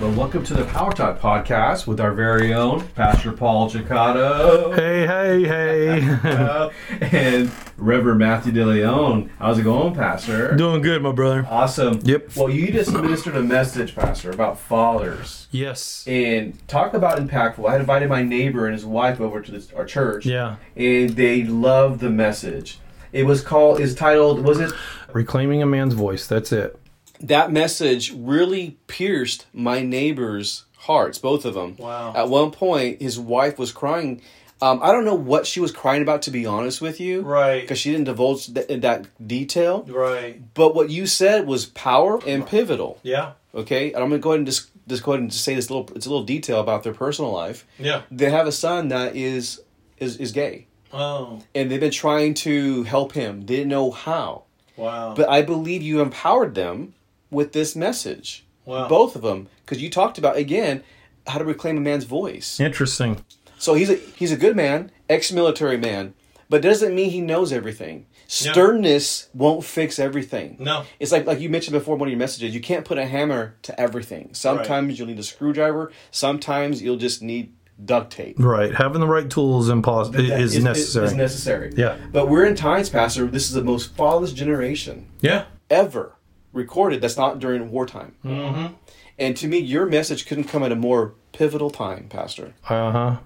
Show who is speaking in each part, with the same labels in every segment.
Speaker 1: Well, welcome to the Power Talk podcast with our very own Pastor Paul Chicato
Speaker 2: Hey, hey, hey.
Speaker 1: and Reverend Matthew DeLeon. How's it going, Pastor?
Speaker 2: Doing good, my brother.
Speaker 1: Awesome.
Speaker 2: Yep.
Speaker 1: Well, you just ministered a message, Pastor, about fathers.
Speaker 2: Yes.
Speaker 1: And talk about impactful. I had invited my neighbor and his wife over to this, our church.
Speaker 2: Yeah.
Speaker 1: And they loved the message. It was called, is titled, was it?
Speaker 2: Reclaiming a man's voice. That's it.
Speaker 3: that message really pierced my neighbors' hearts, both of them.
Speaker 2: Wow.
Speaker 3: At one point, his wife was crying. Um, I don't know what she was crying about, to be honest with you.
Speaker 2: Right.
Speaker 3: Because she didn't divulge th- that detail.
Speaker 2: Right.
Speaker 3: But what you said was power and pivotal.
Speaker 2: Yeah.
Speaker 3: Okay? And I'm going to go ahead and just, just go ahead and just say this little, it's a little detail about their personal life.
Speaker 2: Yeah.
Speaker 3: They have a son that is is, is gay.
Speaker 2: Oh,
Speaker 3: And they've been trying to help him. They didn't know how.
Speaker 2: wow.
Speaker 3: But I believe you empowered them with this message.
Speaker 2: Wow.
Speaker 3: Both of them, because you talked about again how to reclaim a man's voice.
Speaker 2: Interesting.
Speaker 3: So he's a he's a good man, ex-military man, but doesn't mean he knows everything. Sternness won't fix everything.
Speaker 2: No.
Speaker 3: It's like like you mentioned before in one of your messages. You can't put a hammer to everything. Sometimes you'll need a screwdriver. Sometimes you'll just need duct tape.
Speaker 2: Right. Having the right tools and pos- is,
Speaker 3: is-
Speaker 2: necessary.
Speaker 1: Is necessary.
Speaker 2: yeah.
Speaker 3: But we're in times, Pastor. This is the most flawless generation.
Speaker 2: Yeah.
Speaker 3: ever recorded that's not during wartime. Mm-hmm. And to me, your message couldn't come at a more pivotal time, Pastor.
Speaker 2: Uh huh.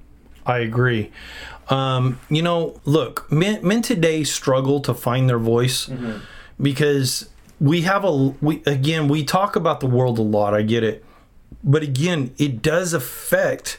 Speaker 2: I agree. Um, you know, look, men, men today struggle to find their voice because we have a we again we talk about the world a lot. I get it, but again, it does affect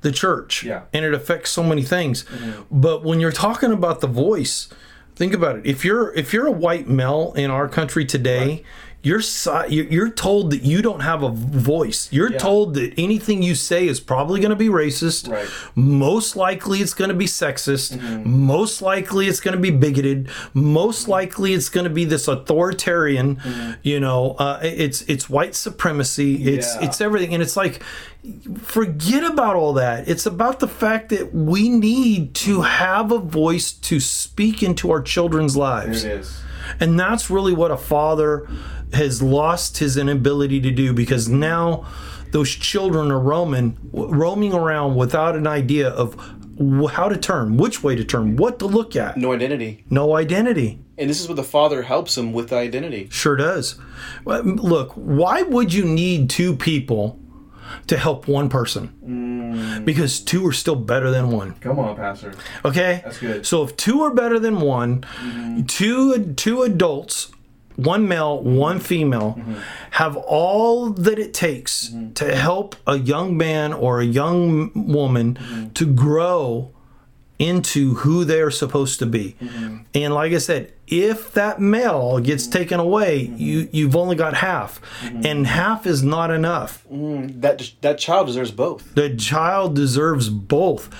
Speaker 2: the church,
Speaker 1: Yeah.
Speaker 2: and it affects so many things. But when you're talking about the voice, think about it. If you're if you're a white male in our country today. You're, si- you're you're told that you don't have a voice. You're told that anything you say is probably going to be racist.
Speaker 1: Right. Mm-hmm.
Speaker 2: Most likely it's going to be sexist. Most likely it's going to be bigoted. Most likely it's going to be this authoritarian.
Speaker 1: Mm-hmm.
Speaker 2: You know, uh, it's it's white supremacy. It's
Speaker 1: Yeah.
Speaker 2: it's everything, and it's like forget about all that. It's about the fact that we need to have a voice to speak into our children's lives.
Speaker 1: It is.
Speaker 2: And that's really what a father has lost his inability to do because now those children are roaming, roaming around without an idea of wh- how to turn, which way to turn, what to look at.
Speaker 3: No identity.
Speaker 2: No identity.
Speaker 3: And this is where the Father helps him with identity.
Speaker 2: Sure does. Well, Look, why would you need two people to help one person? Because two are still better than one.
Speaker 1: Come on, Pastor.
Speaker 2: Okay.
Speaker 1: That's good. Mm-hmm.
Speaker 2: So if two are better than one, two two adults, one male, one female,
Speaker 1: Mm-hmm.
Speaker 2: have all that it takes to help a young man or a young woman
Speaker 1: Mm-hmm.
Speaker 2: to grow into who they are supposed to be.
Speaker 1: Mm-hmm.
Speaker 2: And like I said, if that male gets taken away,
Speaker 1: Mm-hmm.
Speaker 2: you you've only got half, and half is not enough.
Speaker 3: That that child deserves both.
Speaker 2: The child deserves both.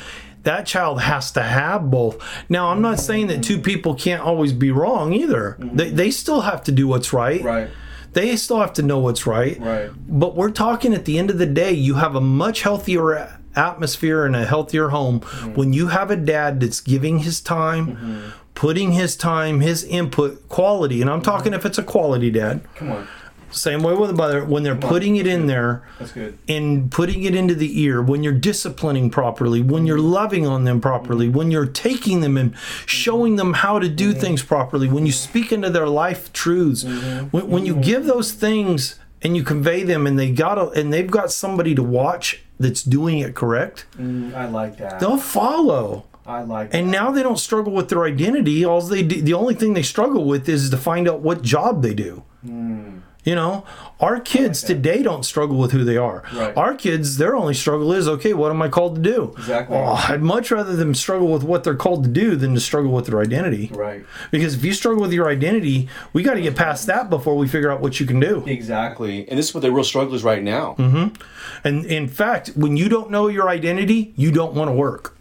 Speaker 2: That child has to have both. Now, I'm not saying that two people can't always be wrong either. They, they still have to do what's right.
Speaker 1: Mm-hmm. Right.
Speaker 2: They still have to know what's right.
Speaker 1: Right.
Speaker 2: But we're talking at the end of the day, you have a much healthier a- atmosphere and a healthier home
Speaker 1: Mm-hmm.
Speaker 2: when you have a dad that's giving his time, putting his time, his input, quality. And I'm talking if it's a quality dad.
Speaker 1: Mm-hmm. Come on.
Speaker 2: Same way with a mother, when they're putting it in there
Speaker 1: That's good.
Speaker 2: in putting it into the ear, when you're disciplining properly, when you're loving on them properly, when you're taking them and showing them how to do things properly, when you speak into their life truths, when, when you give those things and you convey them and they got a, and they've got somebody to watch that's doing it correct,
Speaker 1: I like that.
Speaker 2: they'll follow.
Speaker 1: I like
Speaker 2: And now they don't struggle with their identity. All they do, the only thing they struggle with is to find out what job they do.
Speaker 1: Hmm.
Speaker 2: You know, our kids today don't struggle with who they are.
Speaker 1: Right.
Speaker 2: Our kids, their only struggle is, okay, what am I called to do?
Speaker 1: Exactly.
Speaker 2: Oh, I'd much rather them struggle with what they're called to do than to struggle with their identity.
Speaker 1: Right.
Speaker 2: Because if you struggle with your identity, we got to get past that before we figure out what you can do.
Speaker 1: Exactly.
Speaker 3: Exactly. And this is what the real struggle is right now.
Speaker 2: Mm-hmm. And in fact, when you don't know your identity, you don't want to work.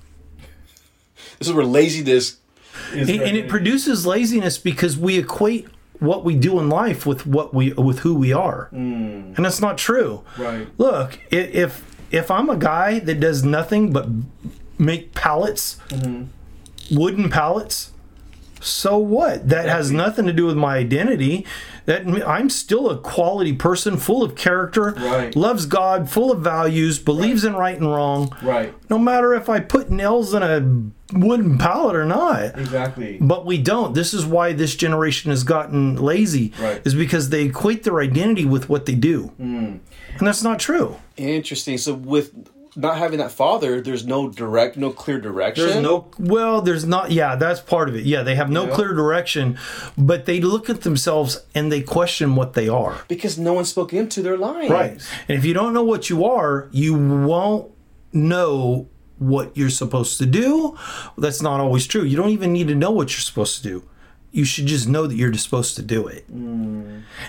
Speaker 3: This is where laziness.
Speaker 1: Is
Speaker 2: and,
Speaker 1: there-
Speaker 2: and it produces laziness because we equate what we do in life with what we with who we are and that's not true
Speaker 1: Hmm. Right.
Speaker 2: look i- if if i'm a guy that does
Speaker 1: Mm-hmm.
Speaker 2: nothing but make pallets wooden pallets so what? That has nothing to do with my identity. That I'm still a quality person, full of character,
Speaker 1: Right.
Speaker 2: loves God, full of values, believes in right and wrong.
Speaker 1: Right.
Speaker 2: No matter if I put nails in a wooden pallet or not.
Speaker 1: Exactly.
Speaker 2: But we don't. This is why this generation has gotten lazy.
Speaker 1: Right.
Speaker 2: Is because they equate their identity with what they do, and that's not true.
Speaker 3: Interesting. So with not having that father, there's no direct, no clear direction.
Speaker 2: There's no well, there's not yeah, that's part of it. Yeah, they have no clear direction, but they look at themselves and they question what they are.
Speaker 3: because no one spoke into their lives.
Speaker 2: And if you don't know what you are, you won't know what you're supposed to do. That's not always true. You don't even need to know what you're supposed to do. You should just know that you're just supposed to do it.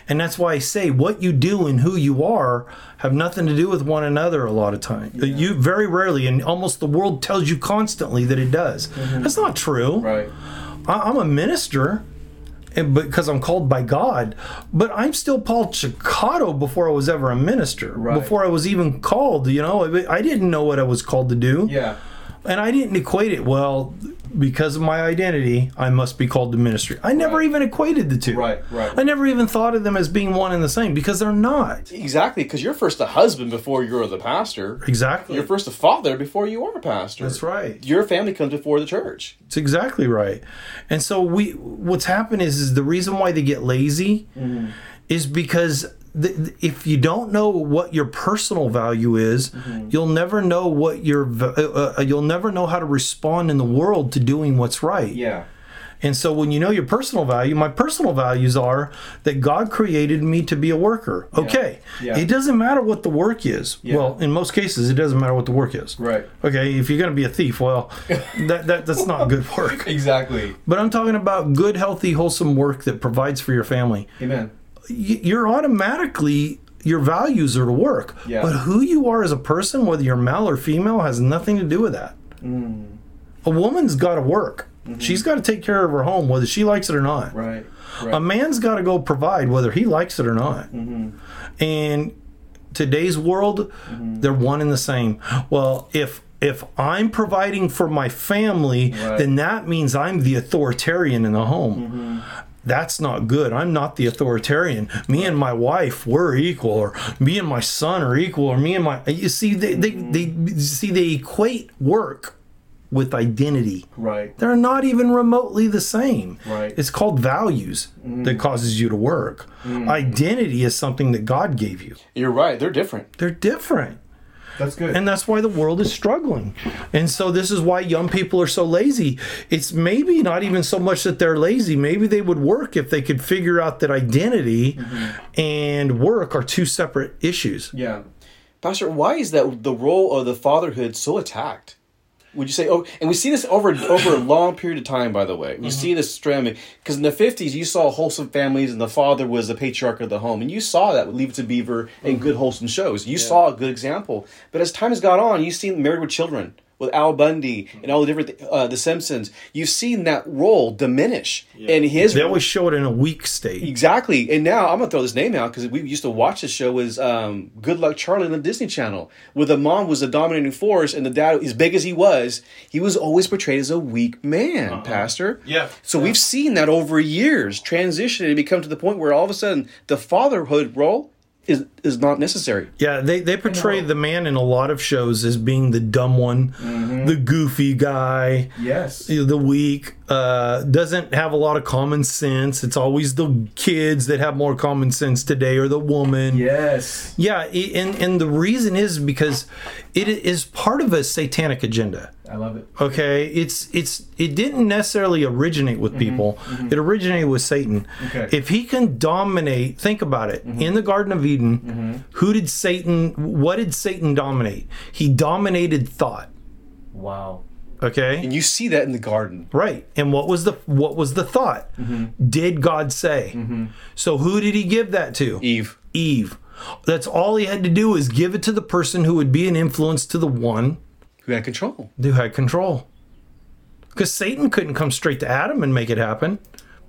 Speaker 2: And that's why I say what you do and who you are have nothing to do with one another a lot of time. You very rarely, and almost the world tells you constantly that it does. That's not true.
Speaker 1: Right.
Speaker 2: I, I'm a minister and because I'm called by God, but I'm still Paul Chicato before I was ever a minister,
Speaker 1: Right.
Speaker 2: before I was even called. You know, I, I didn't know what I was called to do,
Speaker 1: Yeah.
Speaker 2: and I didn't equate it. Well, because of my identity, I must be called to ministry. I never
Speaker 1: Right.
Speaker 2: even equated the two.
Speaker 1: Right, right.
Speaker 2: I never even thought of them as being one and the same because they're not.
Speaker 3: Exactly, because you're first a husband before you're the pastor.
Speaker 2: Exactly.
Speaker 3: You're first a father before you are a pastor.
Speaker 2: That's right.
Speaker 3: Your family comes before the church.
Speaker 2: It's exactly right. And so we what's happened is is the reason why they get lazy
Speaker 1: Mm-hmm.
Speaker 2: is because th- th- if you don't know what your personal value is,
Speaker 1: Mm-hmm.
Speaker 2: you'll never know what your v- uh, uh, you'll never know how to respond in the world to doing what's right.
Speaker 1: Yeah.
Speaker 2: And so when you know your personal value, my personal values are that God created me to be a worker. Okay.
Speaker 1: Yeah.
Speaker 2: It doesn't matter what the work is. Well, in most cases it doesn't matter what the work is.
Speaker 1: Right.
Speaker 2: Okay, if you're going to be a thief, well, that, that that's not good work.
Speaker 1: Exactly.
Speaker 2: But I'm talking about good, healthy, wholesome work that provides for your family.
Speaker 1: Amen.
Speaker 2: Y- You're automatically your values are to work,
Speaker 1: Yeah.
Speaker 2: but who you are as a person, whether you're male or female, has nothing to do with that. A woman's got to work. She's got to take care of her home, whether she likes it or not.
Speaker 1: Right.
Speaker 2: A
Speaker 1: Right. Mm-hmm.
Speaker 2: man's got to go provide, whether he likes it or not. And today's world,
Speaker 1: Mm-hmm.
Speaker 2: they're one and the same. Well, if if I'm providing for my family,
Speaker 1: Right.
Speaker 2: then that means I'm the authoritarian in the
Speaker 1: Mm-hmm.
Speaker 2: home. That's not good. I'm not the authoritarian. Me and my wife, we're equal, or me and my son are equal, or me and my. You see, they they,
Speaker 1: Mm-hmm.
Speaker 2: they see they equate work with identity.
Speaker 1: Right.
Speaker 2: They're not even remotely the same.
Speaker 1: Right.
Speaker 2: It's called values that causes you to work. Identity is something that God gave you.
Speaker 3: You're right. They're different.
Speaker 2: They're different.
Speaker 1: That's good.
Speaker 2: And that's why the world is struggling. And so this is why young people are so lazy. It's maybe not even so much that they're lazy. Maybe they would work if they could figure out that identity and work are two separate issues.
Speaker 1: yeah.
Speaker 3: Pastor, why is that the role of the fatherhood so attacked? Would you say? Oh, and we see this over over a long period of time. By the way, we see this stramming because in the fifties you saw wholesome families and the father was the patriarch of the home, and you saw that with Leave It to Beaver and good wholesome shows. You saw a good example, but as time has gone on, you've seen Married with Children with Al Bundy and all the different uh, The Simpsons. You've seen that role diminish, and his
Speaker 2: They always show it in a weak state.
Speaker 3: Exactly. And now I'm gonna throw this name out because we used to watch this show was um, Good Luck Charlie on the Disney Channel, where the mom was the dominating force and the dad, as big as he was, he was always portrayed as a weak man, Pastor.
Speaker 1: Uh-huh. Yeah.
Speaker 3: So we've seen that over years transition and become to the point where all of a sudden the fatherhood role is is not necessary.
Speaker 2: Yeah, they, they portray the man in a lot of shows as being the dumb one, the goofy guy,
Speaker 1: Yes.
Speaker 2: the weak, uh, doesn't have a lot of common sense. It's always the kids that have more common sense today or the woman.
Speaker 1: Yes.
Speaker 2: Yeah, i- and, and the reason is because it is part of a satanic agenda.
Speaker 1: I love it.
Speaker 2: Okay, it's it's it didn't necessarily originate with people. It originated with Satan.
Speaker 1: Okay.
Speaker 2: If he can dominate, think about it. In the Garden of Eden, who did Satan? What did Satan dominate? He dominated thought.
Speaker 1: Wow.
Speaker 2: Okay,
Speaker 3: And you see that in the garden.
Speaker 2: right. And what was the what was the thought? Did God say? So who did he give that to?
Speaker 3: Eve.
Speaker 2: Eve. That's all he had to do is give it to the person who would be an influence to the one
Speaker 3: Who had control?
Speaker 2: who had control. Because Satan couldn't come straight to Adam and make it happen,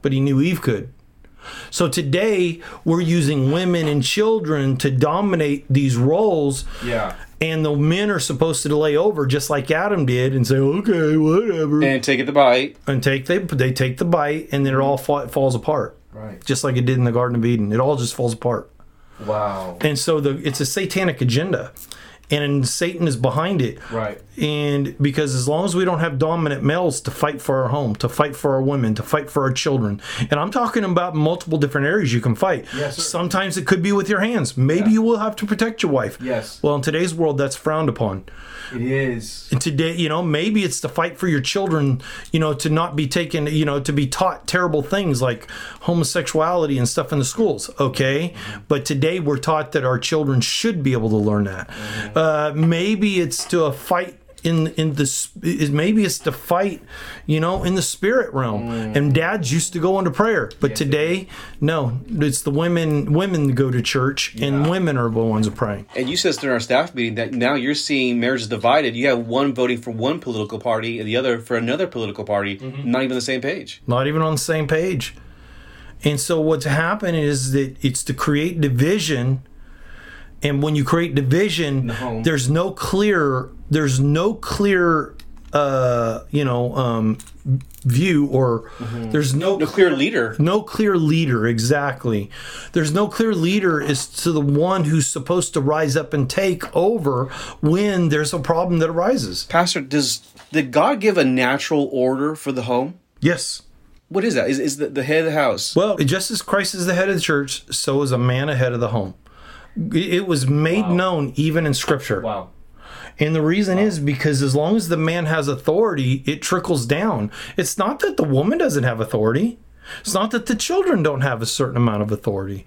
Speaker 2: but he knew Eve could. So today, we're using women and children to dominate these roles
Speaker 1: Yeah.
Speaker 2: and the men are supposed to lay over just like Adam did and say, "Okay, whatever," and,
Speaker 3: and take it the bite.
Speaker 2: take they they take the bite, and then it all fa- falls apart,
Speaker 1: Right.
Speaker 2: just like it did in the Garden of Eden. It all just falls apart,
Speaker 1: Wow.
Speaker 2: and so the it's a satanic agenda, and Satan is behind it.
Speaker 1: Right.
Speaker 2: And because as long as we don't have dominant males to fight for our home, to fight for our women, to fight for our children, and I'm talking about multiple different areas you can fight.
Speaker 1: Yes, sir.
Speaker 2: Sometimes it could be with your hands. Maybe you will have to protect your wife.
Speaker 1: Yes.
Speaker 2: Well, in today's world, that's frowned upon.
Speaker 1: It is.
Speaker 2: And today, you know, maybe it's to fight for your children, you know, to not be taken, you know, to be taught terrible things like homosexuality and stuff in the schools. Okay. But today we're taught that our children should be able to learn that. Uh, maybe it's to a fight. In, in the s- is- maybe it's to fight you know in the spirit realm and dads used to go into prayer but today no it's the women women go to church and women are the ones praying
Speaker 3: And you said during our staff meeting that now you're seeing marriages divided. You have one voting for one political party and the other for another political party, not even on the same page.
Speaker 2: not even on the same page. And so what's happened is that it's to create division. And when you create division,
Speaker 1: home.
Speaker 2: there's no clear, there's no clear, uh, you know, um, view or there's no
Speaker 3: No clear leader.
Speaker 2: no clear leader exactly there's no clear leader as to the one who's supposed to rise up and take over when there's a problem that arises
Speaker 3: Pastor, does did God give a natural order for the home?
Speaker 2: yes
Speaker 3: What is that? Is, is the, the head of the house?
Speaker 2: Well, just as Christ is the head of the church, so is a man ahead of the home. It it was made known even in Scripture.
Speaker 1: Wow.
Speaker 2: And the reason is because as long as the man has authority, it trickles down. It's not that the woman doesn't have authority. It's not that the children don't have a certain amount of authority.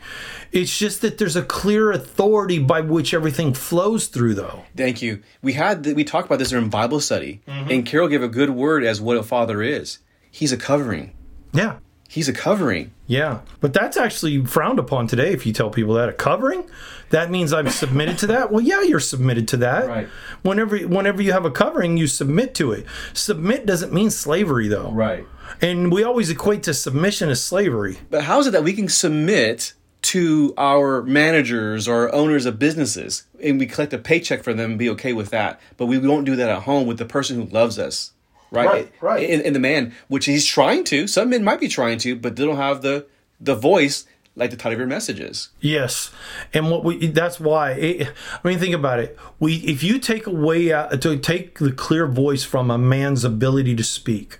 Speaker 2: It's just that there's a clear authority by which everything flows through, though.
Speaker 3: Thank you. We had the, we talked about this during Bible study, and Carol gave a good word as what a father is. He's a covering.
Speaker 2: Yeah.
Speaker 3: He's a covering.
Speaker 2: Yeah, but that's actually frowned upon today. If you tell people that a covering, that means I'm submitted to that. Well, yeah, you're submitted to that.
Speaker 1: Right.
Speaker 2: Whenever, whenever you have a covering, you submit to it. Submit doesn't mean slavery, though.
Speaker 1: Right.
Speaker 2: And we always equate to submission as slavery.
Speaker 3: But how is it that we can submit to our managers or owners of businesses and we collect a paycheck from them and be okay with that? But we won't do that at home with the person who loves us, right?
Speaker 1: Right, right.
Speaker 3: And, and the man, which he's trying to. Some men might be trying to, but they don't have the the voice like the title of your messages.
Speaker 2: Yes, and what we—that's why. It, I mean, think about it. We—if you take away uh, to take the clear voice from a man's ability to speak,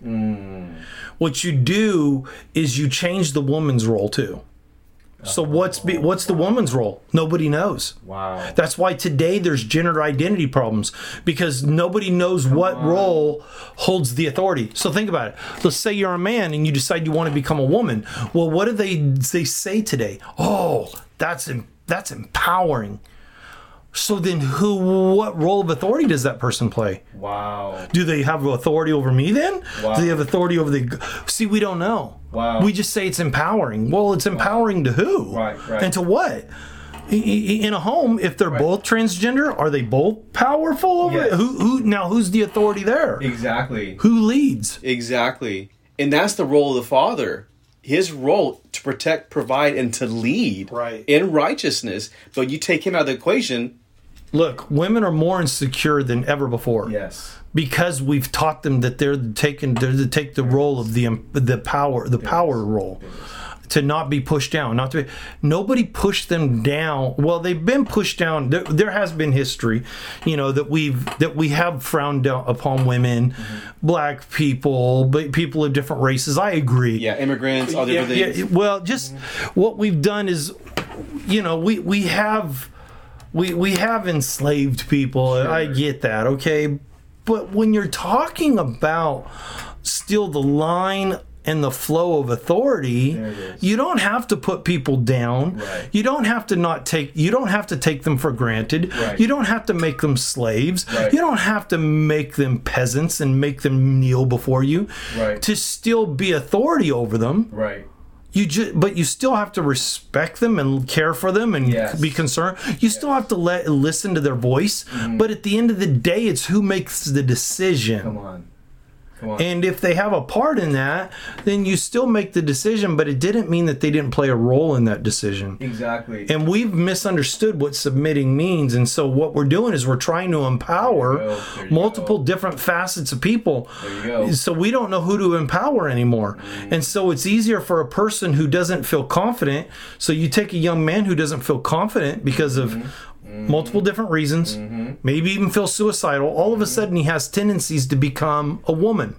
Speaker 2: what you do is you change the woman's role too. So what's be, what's the woman's role? Nobody knows.
Speaker 1: Wow.
Speaker 2: That's why today there's gender identity problems because nobody knows what role holds the authority. So think about it. Let's say you're a man and you decide you want to become a woman. Well, what do they they say today? Oh, that's em- that's empowering. So then who what role of authority does that person play?
Speaker 1: Wow.
Speaker 2: Do they have authority over me then?
Speaker 1: Wow.
Speaker 2: Do they have authority over the See, we don't know.
Speaker 1: Wow.
Speaker 2: We just say it's empowering. Well, it's empowering to who?
Speaker 1: Right, right.
Speaker 2: And to what? I- I- In a home, if they're both transgender, are they both powerful over it?
Speaker 1: Yes.
Speaker 2: Who, who now? Who's the authority there?
Speaker 1: Exactly.
Speaker 2: Who leads?
Speaker 3: Exactly. And that's the role of the father. His role to protect, provide, and to lead
Speaker 2: Right.
Speaker 3: in righteousness. But you take him out of the equation,
Speaker 2: Look, women are more insecure than ever before
Speaker 1: Yes.
Speaker 2: because we've taught them that they're taken. They're to take the role of the um, the power, the power role. to not be pushed down, not to be. Nobody pushed them down. Well, they've been pushed down. There, there has been history, you know, that we've that we have frowned down upon women, black people, but people of different races. I agree.
Speaker 3: yeah, immigrants, other
Speaker 2: Yeah,
Speaker 3: things.
Speaker 2: yeah, well, just what we've done is, you know, we we have we we have enslaved people. I get that, okay, but when you're talking about still the line and the flow of authority,
Speaker 1: it is.
Speaker 2: you don't have to put people down.
Speaker 1: Right.
Speaker 2: You don't have to not take. You don't have to take them for granted.
Speaker 1: Right.
Speaker 2: You don't have to make them slaves.
Speaker 1: Right.
Speaker 2: You don't have to make them peasants and make them kneel before you.
Speaker 1: Right.
Speaker 2: To still be authority over them
Speaker 1: Right.
Speaker 2: you just but you still have to respect them and care for them and
Speaker 1: Yes.
Speaker 2: be concerned you still have to let listen to their voice but at the end of the day it's who makes the decision
Speaker 1: Come on. on.
Speaker 2: And if they have a part in that, then you still make the decision, but it didn't mean that they didn't play a role in that decision.
Speaker 1: Exactly.
Speaker 2: And we've misunderstood what submitting means. And so what we're doing is we're trying to
Speaker 1: There you
Speaker 2: empower
Speaker 1: go, there you
Speaker 2: multiple different facets of people.
Speaker 1: There you go. Mm-hmm.
Speaker 2: So we don't know who to empower anymore. And so it's easier for a person who doesn't feel confident. So you take a young man who doesn't feel confident because of
Speaker 1: Mm-hmm.
Speaker 2: multiple different reasons, maybe even feel suicidal. All of
Speaker 1: Mm-hmm.
Speaker 2: a sudden, he has tendencies to become a woman.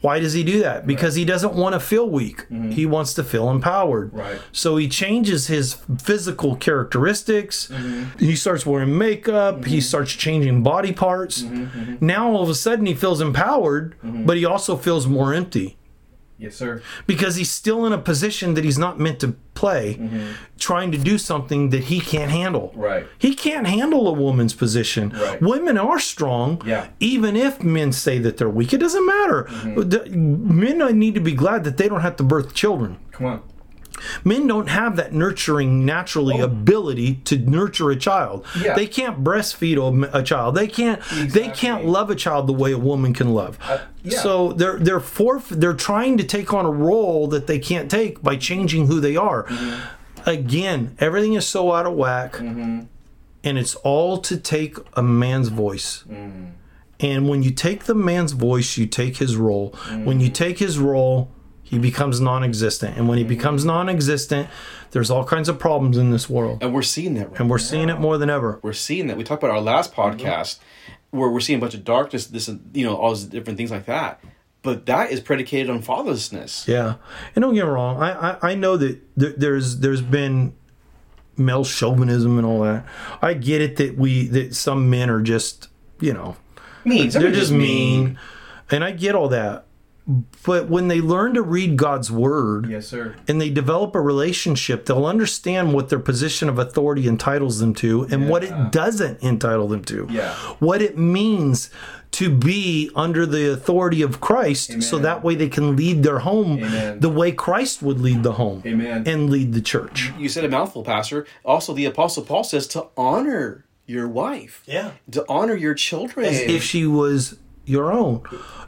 Speaker 2: Why does he do that? Because he doesn't want to feel weak. He wants to feel empowered.
Speaker 1: Right.
Speaker 2: So he changes his physical characteristics. He starts wearing makeup. He starts changing body parts. Now all of a sudden he feels empowered, but he also feels more empty
Speaker 1: Yes, sir.
Speaker 2: because he's still in a position that he's not meant to play, trying to do something that he can't handle.
Speaker 1: Mm-hmm. Right.
Speaker 2: He can't handle a woman's position.
Speaker 1: Right.
Speaker 2: Women are strong,
Speaker 1: Yeah. Mm-hmm.
Speaker 2: even if men say that they're weak. It doesn't matter. The- Men need to be glad that they don't have to birth children.
Speaker 1: Come on.
Speaker 2: Men don't have that nurturing, naturally ability to nurture a child.
Speaker 1: Oh. Yeah.
Speaker 2: They can't breastfeed a, a child. They can't. They can't
Speaker 1: Exactly.
Speaker 2: love a child the way a woman can love.
Speaker 1: yeah.
Speaker 2: So they're they're forf- They're trying to take on a role that they can't take by changing who they are. Again, everything is so out of whack, and it's all to take a man's voice. And when you take the man's voice, you take his role. When you take his role, he becomes non existent. And when he becomes non existent, there's all kinds of problems in this world.
Speaker 3: And we're seeing that right
Speaker 2: And we're seeing it more than ever.
Speaker 3: we're seeing that. We talked about our last
Speaker 1: Mm-hmm.
Speaker 3: podcast where we're seeing a bunch of darkness, this and you know, all these different things like that. But that is predicated on fatherlessness.
Speaker 2: Yeah. And don't get me wrong, I, I, I know that th- there's there's been male chauvinism and all that. I get it that we that some men are just, you know,
Speaker 1: Mean.
Speaker 2: they're just mean. And I get all that. But when they learn to read God's word,
Speaker 1: Yes, sir.
Speaker 2: and they develop a relationship, they'll understand what their position of authority entitles them to and what it doesn't entitle them to.
Speaker 1: Yeah.
Speaker 2: What it means to be under the authority of Christ so
Speaker 1: Amen.
Speaker 2: that way they can lead their home
Speaker 1: Amen.
Speaker 2: the way Christ would lead the home
Speaker 1: Amen.
Speaker 2: and lead the church.
Speaker 3: You said a mouthful, Pastor. Also, the Apostle Paul says to honor your wife.
Speaker 2: Yeah.
Speaker 3: To honor your children.
Speaker 2: If she was your own,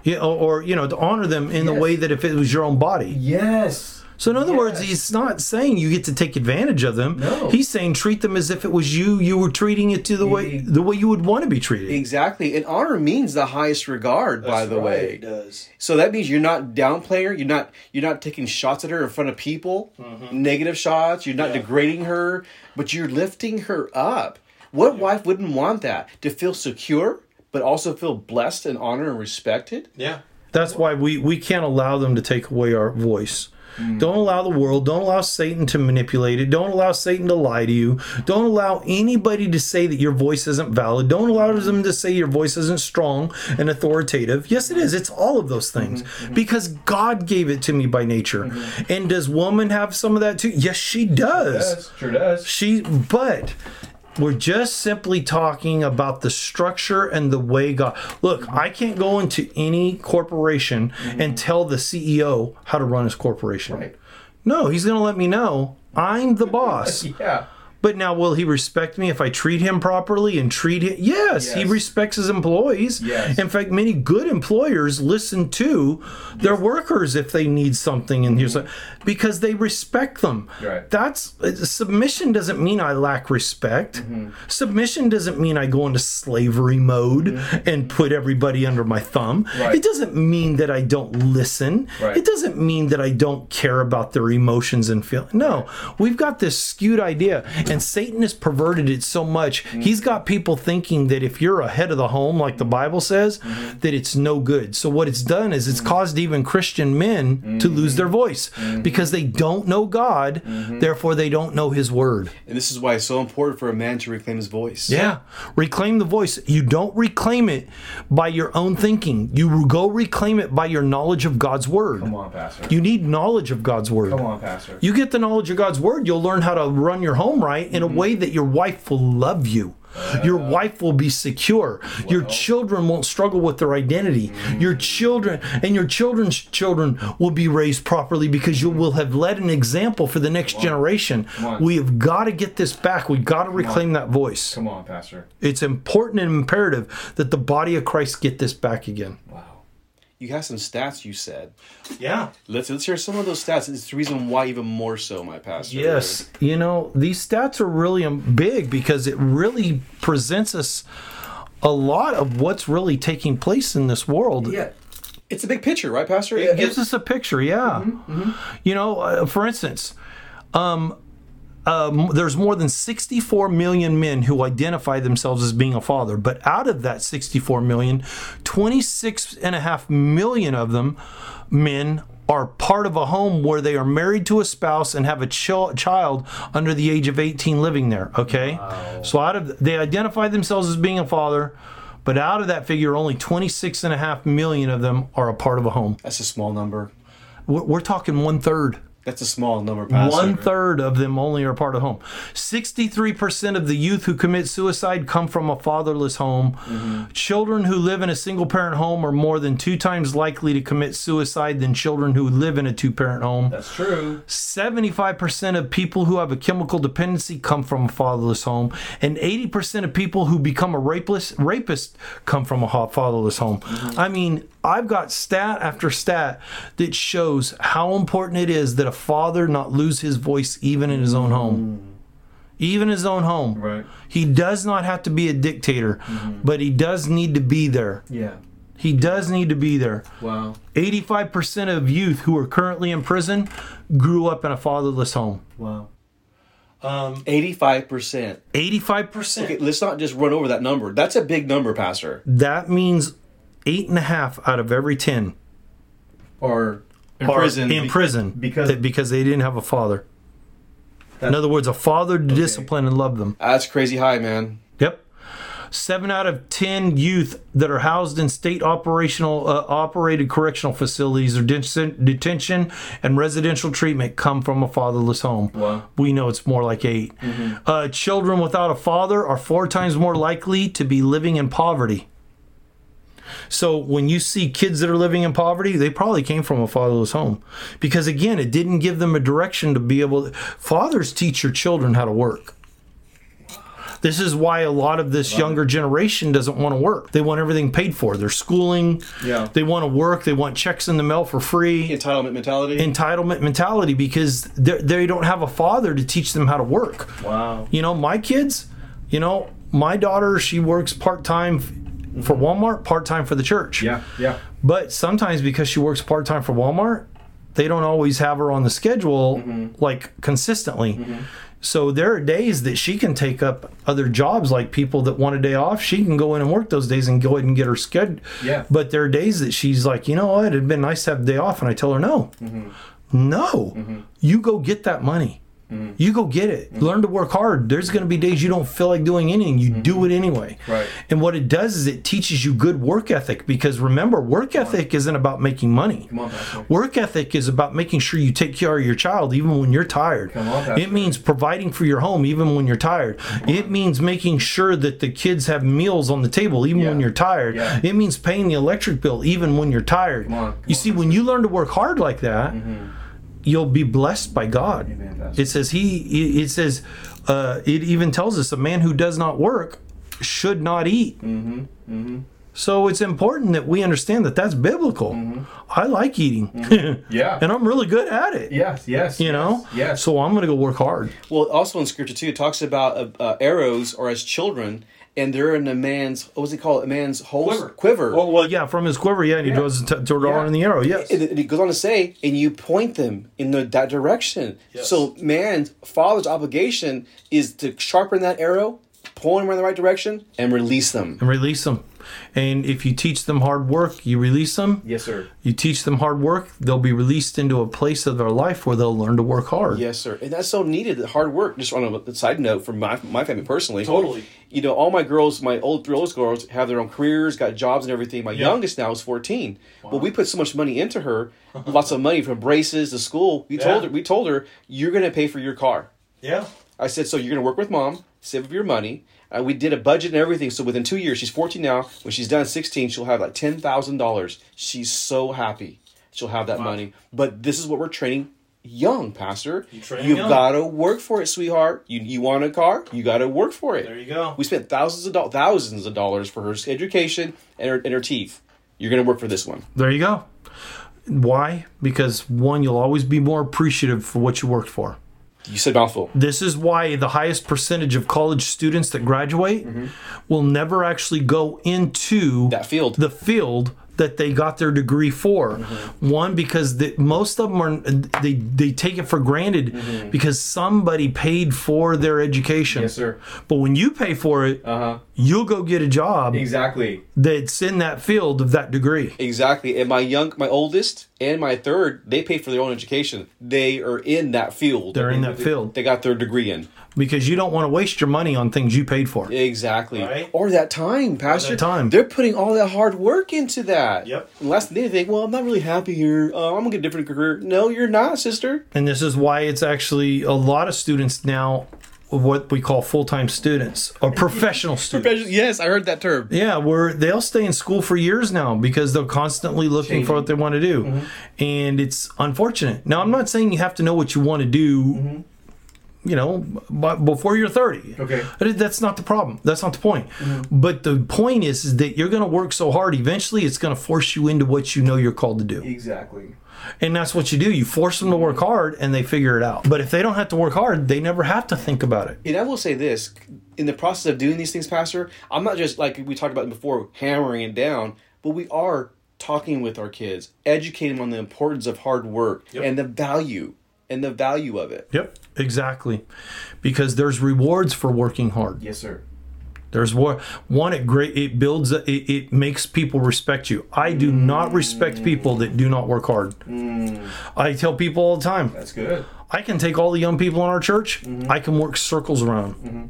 Speaker 2: you know, or you know, to honor them in the way that if it was your own body.
Speaker 1: yes.
Speaker 2: So in other words, he's not saying you get to take advantage of them.
Speaker 1: No.
Speaker 2: He's saying treat them as if it was you. You were treating it to the way the way you would want to be treated.
Speaker 3: exactly. And honor means the highest regard, by the way.
Speaker 1: It does.
Speaker 3: So that means you're not downplaying her. You're not you're not taking shots at her in front of people,
Speaker 1: Mm-hmm.
Speaker 3: negative shots. You're not degrading her, but you're lifting her up. What wife wouldn't want that to feel secure, but also feel blessed and honored and respected?
Speaker 2: Yeah. That's why we, we can't allow them to take away our voice. Don't allow the world, don't allow Satan to manipulate it, don't allow Satan to lie to you, don't allow anybody to say that your voice isn't valid, don't allow them to say your voice isn't strong and authoritative. Yes, it is, it's all of those things because God gave it to me by nature. And does woman have some of that too? Yes, Mm-hmm. she does.
Speaker 1: Yes, sure does.
Speaker 2: She, but we're just simply talking about the structure and the way God. Look, I can't go into any corporation and tell the CEO how to run his corporation.
Speaker 1: Right.
Speaker 2: No, he's going to let me know I'm the boss.
Speaker 1: Yeah.
Speaker 2: But now, will he respect me if I treat him properly and treat him? Yes, he
Speaker 1: Yes.
Speaker 2: respects his employees.
Speaker 1: Yes.
Speaker 2: In fact, many good employers listen to their workers if they need something and here's a- because they respect them.
Speaker 1: Right.
Speaker 2: That's uh, submission doesn't mean I lack respect.
Speaker 1: Mm-hmm.
Speaker 2: Submission doesn't mean I go into slavery mode and put everybody under my thumb.
Speaker 1: Mm-hmm. Right.
Speaker 2: It doesn't mean that I don't listen.
Speaker 1: Right.
Speaker 2: It doesn't mean that I don't care about their emotions and feel. No, we've got this skewed idea, and Satan has perverted it so much. He's got people thinking that if you're a head of the home, like the Bible says,
Speaker 1: Mm-hmm.
Speaker 2: that it's no good. So what it's done is it's caused even Christian men to lose
Speaker 1: Mm-hmm.
Speaker 2: their voice because they don't know God, therefore they don't know His Word.
Speaker 3: And this is why it's so important for a man to reclaim his voice.
Speaker 2: Yeah. Reclaim the voice. You don't reclaim it by your own thinking. You go reclaim it by your knowledge of God's word.
Speaker 1: Come on, Pastor.
Speaker 2: You need knowledge of God's word.
Speaker 1: Come on, Pastor.
Speaker 2: You get the knowledge of God's word, you'll learn how to run your home right in a
Speaker 1: Mm-hmm.
Speaker 2: way that your wife will love you. Your wife will be secure. your children won't struggle with their identity.
Speaker 1: Mm-hmm.
Speaker 2: Your children and your children's children will be raised properly because you will have led an example for the next generation.
Speaker 1: on.
Speaker 2: We have got to get this back. We've got to reclaim that voice
Speaker 1: Come on, Pastor.
Speaker 2: it's important and imperative that the body of Christ get this back again.
Speaker 1: Wow.
Speaker 3: You have some stats you said.
Speaker 2: Yeah.
Speaker 3: Let's let's hear some of those stats. It's the reason why even more so my pastor.
Speaker 2: Yes, you know these stats are really um, big because it really presents us a lot of what's really taking place in this world.
Speaker 1: Yeah.
Speaker 3: It's a big picture, right, Pastor?
Speaker 2: It gives us a picture, yeah. You know, uh, for instance, um, um, there's more than 64 million men who identify themselves as being a father, but out of that 64 million, 26 and a half million of them, men, are part of a home where they are married to a spouse and have a chil- child under the age of 18 living there. Okay, so out of they identify themselves as being a father. But out of that figure, only 26 and a half million of them are a part of a home.
Speaker 3: That's a small number.
Speaker 2: We're, we're talking one third.
Speaker 3: That's a small number, Pastor.
Speaker 2: One third of them only are part of home. 63% of the youth who commit suicide come from a fatherless home. Children who live in a single parent home are more than two times likely to commit suicide than children who live in a two parent home.
Speaker 1: That's true.
Speaker 2: 75% of people who have a chemical dependency come from a fatherless home, and 80% of people who become a rapist, rapist come from a ho- fatherless home. I mean, I've got stat after stat that shows how important it is that a father not lose his voice even in his own home. Even his own home.
Speaker 1: Right.
Speaker 2: He does not have to be a dictator, but he does need to be there.
Speaker 1: Yeah.
Speaker 2: He does need to be there.
Speaker 1: Wow.
Speaker 2: 85% of youth who are currently in prison grew up in a fatherless home.
Speaker 1: Wow. Um,
Speaker 3: Eighty-five percent.
Speaker 2: 85%.
Speaker 3: Okay, let's not just run over that number. That's a big number, Pastor.
Speaker 2: That means eight and a half out of every 10
Speaker 1: Or
Speaker 3: In
Speaker 2: are
Speaker 3: prison.
Speaker 2: in prison
Speaker 1: because-
Speaker 2: that- because they didn't have a father. In
Speaker 1: That's-
Speaker 2: other words, a father to discipline and love them.
Speaker 3: That's crazy high, man.
Speaker 2: Yep. Seven out of ten youth that are housed in state operational uh, operated correctional facilities or detention, detention and residential treatment come from a fatherless home.
Speaker 1: Wow.
Speaker 2: We know it's more like 8 Uh, children without a father are four times more likely to be living in poverty. So when you see kids that are living in poverty, they probably came from a fatherless home, because again, it didn't give them a direction to be able. fathers teach your children how to work. This is why a lot of this younger generation doesn't want to work. They want everything paid for. Their schooling.
Speaker 1: Yeah.
Speaker 2: They want to work. They want checks in the mail for free.
Speaker 3: Entitlement mentality.
Speaker 2: Entitlement mentality because they they don't have a father to teach them how to work.
Speaker 1: wow.
Speaker 2: You know, my kids, you know, my daughter, she works part time for Walmart, part time for the church.
Speaker 1: Yeah. Yeah.
Speaker 2: But sometimes because she works part time for Walmart, they don't always have her on the schedule like consistently. So there are days that she can take up other jobs, like people that want a day off. She can go in and work those days and go ahead and get her schedule.
Speaker 1: Yeah.
Speaker 2: But there are days that she's like, you know what, it'd been nice to have a day off, and I tell her no, no, you go get that money. You go get it. Learn to work hard. There's going to be days you don't feel like doing anything. You do it anyway.
Speaker 1: Right.
Speaker 2: And what it does is it teaches you good work ethic because remember, work ethic isn't about making money.
Speaker 1: Come on, Pastor.
Speaker 2: Work ethic is about making sure you take care of your child even when you're tired.
Speaker 1: Come on, Pastor.
Speaker 2: it means providing for your home even when you're tired. It means making sure that the kids have meals on the table even when
Speaker 1: Yeah.
Speaker 2: you're tired.
Speaker 1: Yeah.
Speaker 2: It means paying the electric bill even when you're tired.
Speaker 1: on, come
Speaker 2: you
Speaker 1: on,
Speaker 2: see, when you learn to work hard like that, you'll be blessed by God.
Speaker 1: Amen, Pastor.
Speaker 2: It says he. It says uh, it even tells us a man who does not work should not eat.
Speaker 1: Mm-hmm,
Speaker 2: So it's important that we understand that that's biblical.
Speaker 1: Mm-hmm.
Speaker 2: I like eating,
Speaker 1: Yeah.
Speaker 2: and I'm really good at it.
Speaker 1: Mm-hmm. yes. Yes.
Speaker 2: You know,
Speaker 1: Yes.
Speaker 2: So I'm gonna go work hard.
Speaker 3: Well, also in scripture too, it talks about uh, uh, arrows are as children, and they're in a man's what was it called? A man's whole
Speaker 1: Quiver.
Speaker 3: quiver.
Speaker 1: Oh, well,
Speaker 2: Yeah, from his quiver. Yeah, and he draws the t- draw on the arrow. Yes.
Speaker 3: And it and it goes on to say, and you point them in the, that direction. So, man's father's obligation is to sharpen that arrow, point them in the right direction, and release them.
Speaker 2: and release them. And if you teach them hard work, you release them.
Speaker 1: Yes, sir.
Speaker 2: You teach them hard work, they'll be released into a place of their life where they'll learn to work hard.
Speaker 3: Yes, sir. And that's so needed. the Hard work. Just on a side note, from my my family personally,
Speaker 1: Totally.
Speaker 3: You know, all my girls, my old three oldest girls, have their own careers, got jobs and everything. My youngest now is fourteen, but we put so much money into her, lots of money from braces to school. We told
Speaker 2: Yeah.
Speaker 3: her, we told her, you're going to pay for your car.
Speaker 2: Yeah.
Speaker 3: I said, so you're going to work with mom, save up your money. Uh, we did a budget and everything. So within two years, she's 14 now. When she's done 16, she'll have like $10,000. She's so happy she'll have that money. But this is what we're training young, Pastor. You
Speaker 2: train
Speaker 3: have
Speaker 2: young.
Speaker 3: got to work for it, sweetheart. You, you want a car? You got to work for it.
Speaker 2: There you go.
Speaker 3: We spent thousands of, do- thousands of dollars for her education and her, and her teeth. You're going to work for this one.
Speaker 2: There you go. Why? Because one, you'll always be more appreciative for what you worked for.
Speaker 3: You said mouthful.
Speaker 2: This is why the highest percentage of college students that graduate will never actually go into
Speaker 3: That field.
Speaker 2: the field that they got their degree for. One because the, most of them are they they take it for granted because somebody paid for their education.
Speaker 1: Yes, sir.
Speaker 2: But when you pay for it,
Speaker 1: Uh-huh.
Speaker 2: you'll go get a job
Speaker 1: Exactly.
Speaker 2: that's in that field of that degree.
Speaker 3: Exactly. And my young, my oldest, and my third, they pay for their own education. They are in that field.
Speaker 2: They're in that field
Speaker 3: They got their degree in.
Speaker 2: because you don't want to waste your money on things you paid for.
Speaker 3: Exactly.
Speaker 1: Right.
Speaker 3: Or that time, Pastor.
Speaker 2: time.
Speaker 3: They're putting all that hard work into that.
Speaker 1: Yep.
Speaker 3: And last thing they think, well, I'm not really happy here. Uh, I'm going to get a different career. No, you're not, sister.
Speaker 2: And this is why it's actually a lot of students now what we call full-time students or professional students.
Speaker 3: Yes, I heard that term.
Speaker 2: Yeah, where they'll stay in school for years now because they're constantly looking for what they want to do. And it's unfortunate. Now, I'm not saying you have to know what you want to do, you know, b- before you're 30.
Speaker 1: Okay.
Speaker 2: But that's not the problem. That's not the point. But the point is, is that you're going to work so hard, eventually it's going to force you into what you know you're called to do.
Speaker 1: Exactly.
Speaker 2: And that's what you do. You force them to work hard and they figure it out. But if they don't have to work hard, they never have to think about it.
Speaker 3: And I will say this in the process of doing these things, Pastor, I'm not just like we talked about before, hammering it down, but we are talking with our kids, educating them on the importance of hard work and the value and the value of it.
Speaker 2: Yep. Exactly. Because there's rewards for working hard.
Speaker 1: Yes, sir.
Speaker 2: There's war, one. It great. It builds. It, it makes people respect you. I do not respect people that do not work hard. I tell people all the time.
Speaker 1: That's good.
Speaker 2: I can take all the young people in our church.
Speaker 1: Mm-hmm.
Speaker 2: I can work circles around.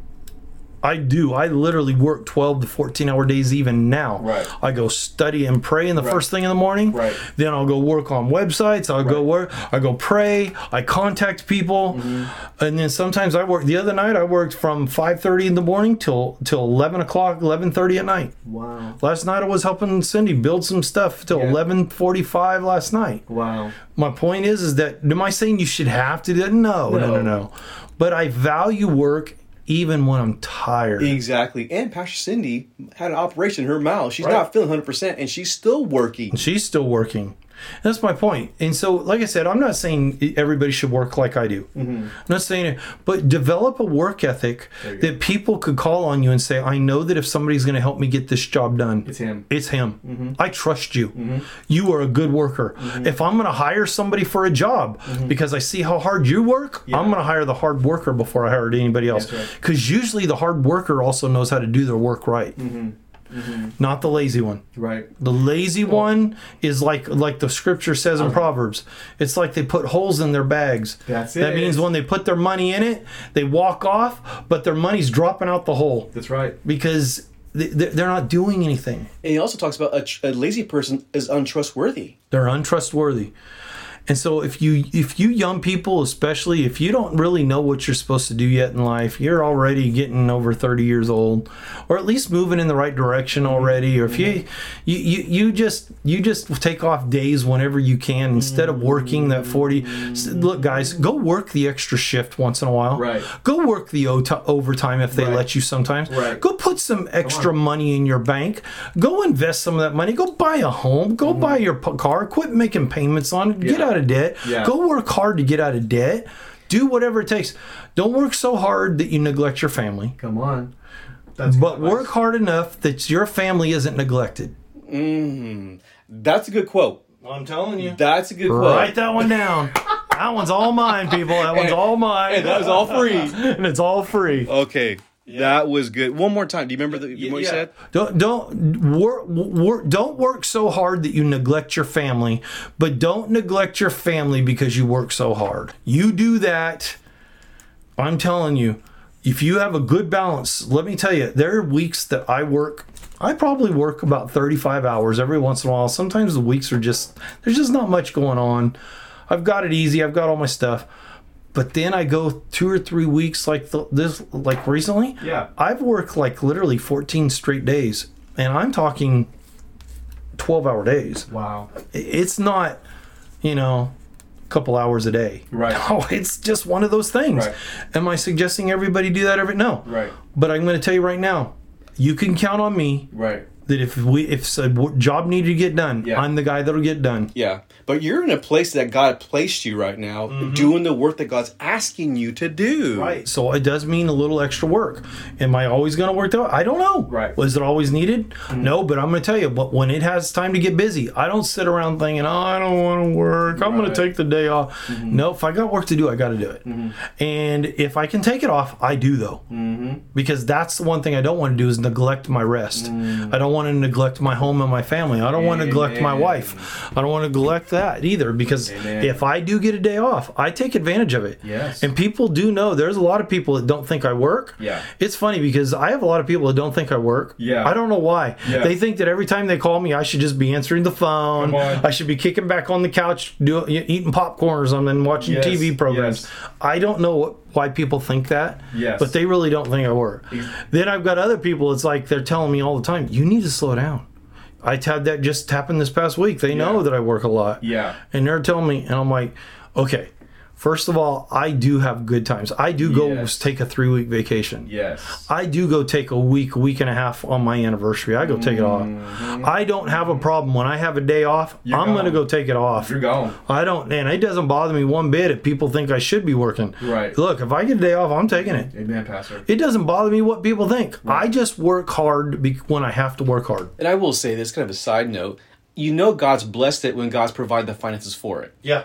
Speaker 2: I do. I literally work 12 to 14 hour days even now.
Speaker 1: Right.
Speaker 2: I go study and pray in the first thing in the morning.
Speaker 1: Right.
Speaker 2: Then I'll go work on websites. I'll go work. I go pray. I contact people.
Speaker 1: Mm-hmm.
Speaker 2: And then sometimes I work. The other night I worked from 5:30 in the morning till till 11 o'clock, 11:30 at night.
Speaker 1: Wow.
Speaker 2: Last night I was helping Cindy build some stuff till 11:45 last night
Speaker 1: Wow.
Speaker 2: my point is is that am i saying you should have to do that no no no no,
Speaker 1: No.
Speaker 2: but i value work even when i'm tired
Speaker 3: Exactly. And Pastor Cindy had an operation in her mouth. She's not feeling 100% and she's still working.
Speaker 2: she's still working that's my point and so like i said i'm not saying everybody should work like i do
Speaker 1: Mm-hmm.
Speaker 2: i'm not saying it but develop a work ethic that people could call on you and say i know that if somebody's going to help me get this job done
Speaker 1: It's him. Mm-hmm.
Speaker 2: It's him. I trust you. You are a good worker. If I'm going to hire somebody for a job
Speaker 1: Mm-hmm.
Speaker 2: because I see how hard you work, I'm going to hire the hard worker before I hired anybody else.
Speaker 1: That's right.
Speaker 2: Because usually the hard worker also knows how to do their work right,
Speaker 1: Mm-hmm.
Speaker 2: not the lazy one.
Speaker 1: Right.
Speaker 2: The lazy one is like like the scripture says
Speaker 1: Oh.
Speaker 2: in Proverbs. It's like they put holes in their bags.
Speaker 1: That's
Speaker 2: That
Speaker 1: it.
Speaker 2: means when they put their money in it, they walk off, but their money's dropping out the hole
Speaker 1: That's right.
Speaker 2: because they- they- they're not doing anything.
Speaker 3: And he also talks about a, tr- a lazy person is untrustworthy.
Speaker 2: they're untrustworthy and so if you if you young people especially if you don't really know what you're supposed to do yet in life you're already getting over 30 years old or at least moving in the right direction already or if you you you, you just you just take off days whenever you can instead of working that 40 s- look guys go work the extra shift once in a while
Speaker 1: Right.
Speaker 2: go work the ota- overtime if they
Speaker 1: Right.
Speaker 2: let you sometimes
Speaker 1: Right.
Speaker 2: go put some extra money in your bank. Go invest some of that money. Go buy a home. Go buy your p- car. Quit making payments on it. Get
Speaker 1: Mm-hmm. Yeah.
Speaker 2: out of debt.
Speaker 1: Yeah.
Speaker 2: Go work hard to get out of debt. Do whatever it takes. Don't work so hard that you neglect your family,
Speaker 1: Come on. That's good
Speaker 2: but
Speaker 1: advice.
Speaker 2: work hard enough that your family isn't neglected.
Speaker 3: That's a good quote.
Speaker 1: I'm telling you.
Speaker 3: That's a good quote.
Speaker 2: Write that one down. that one's all mine, people. That one's all mine.
Speaker 3: And that was all free.
Speaker 2: and it's all free.
Speaker 3: Okay. That was good. One more time. Do you remember the, what you
Speaker 1: yeah.
Speaker 3: said?
Speaker 2: Don't don't work, work don't work so hard that you neglect your family, but don't neglect your family because you work so hard. You do that, I'm telling you, if you have a good balance, let me tell you, there are weeks that I work I probably work about 35 hours every once in a while. Sometimes the weeks are just there's just not much going on. I've got it easy. I've got all my stuff. But then I go two or three weeks like the, this like recently.
Speaker 1: Yeah.
Speaker 2: I've worked like literally 14 straight days, and I'm talking 12 hour days.
Speaker 1: Wow.
Speaker 2: It's not, you know, a couple hours a day.
Speaker 1: Right.
Speaker 2: No, it's just one of those things.
Speaker 1: Right.
Speaker 2: Am I suggesting everybody do that every? No.
Speaker 1: Right.
Speaker 2: But I'm going to tell you right now, you can count on me
Speaker 1: Right.
Speaker 2: that if we if a w- job needed to get done,
Speaker 1: Yeah.
Speaker 2: I'm the guy that'll get done.
Speaker 3: Yeah, but you're in a place that God placed you right now, doing the work that God's asking you to do.
Speaker 1: Mm-hmm. Right.
Speaker 2: So it does mean a little extra work. Am I always going to work though? I don't know.
Speaker 1: Right. Mm-hmm.
Speaker 2: Was it always needed? No, but I'm going to tell you. But when it has time to get busy, I don't sit around thinking, "Oh, I don't want to work. I'm going
Speaker 1: Right. Mm-hmm.
Speaker 2: to take the day off." No, if I got work to do, I got to do it. And if I can take it off, I do though,
Speaker 1: Mm-hmm.
Speaker 2: because that's the one thing I don't want to do is neglect my rest. I don't want to neglect my home and my family. I don't want to neglect
Speaker 1: Mm.
Speaker 2: my
Speaker 1: Amen.
Speaker 2: wife. I don't want to neglect that either, because
Speaker 1: Amen.
Speaker 2: if I do get a day off, I take advantage of it.
Speaker 1: Yes.
Speaker 2: And people do know there's a lot of people that don't think I work.
Speaker 1: Yeah.
Speaker 2: It's funny because I have a lot of people that don't think I work.
Speaker 1: Yeah.
Speaker 2: I don't know why.
Speaker 1: Yeah.
Speaker 2: They think that every time they call me, I should just be answering the phone.
Speaker 1: Come on.
Speaker 2: I should be kicking back on the couch, do, eating popcorn or something, watching
Speaker 1: Yes,
Speaker 2: TV programs.
Speaker 1: yes.
Speaker 2: I don't know what, why people think that.
Speaker 1: Yes.
Speaker 2: But they really don't think I work. Then I've got other people, it's like they're telling me all the time, you need to slow down. I had that just happened this past week. They know that I work a lot
Speaker 1: Yeah.
Speaker 2: and they're telling me, and I'm like, okay, first of all, I do have good times. I do go
Speaker 1: Yes.
Speaker 2: take a three week vacation.
Speaker 1: Yes.
Speaker 2: I do go take a week, week and a half on my anniversary. I go take it off. I don't have a problem when I have a day off. I'm
Speaker 1: Mm-hmm. gone.
Speaker 2: going to go take it off.
Speaker 1: You're gone.
Speaker 2: I don't, and it doesn't bother me one bit if people think I should be working.
Speaker 1: Right.
Speaker 2: Look, if I get a day off, I'm taking it.
Speaker 1: Amen, Pastor.
Speaker 2: It doesn't bother me what people think. I just work hard be- when I have to work hard.
Speaker 3: And I will say this, kind of a side note. You know God's blessed it when God's provided the finances for it.
Speaker 2: Yeah.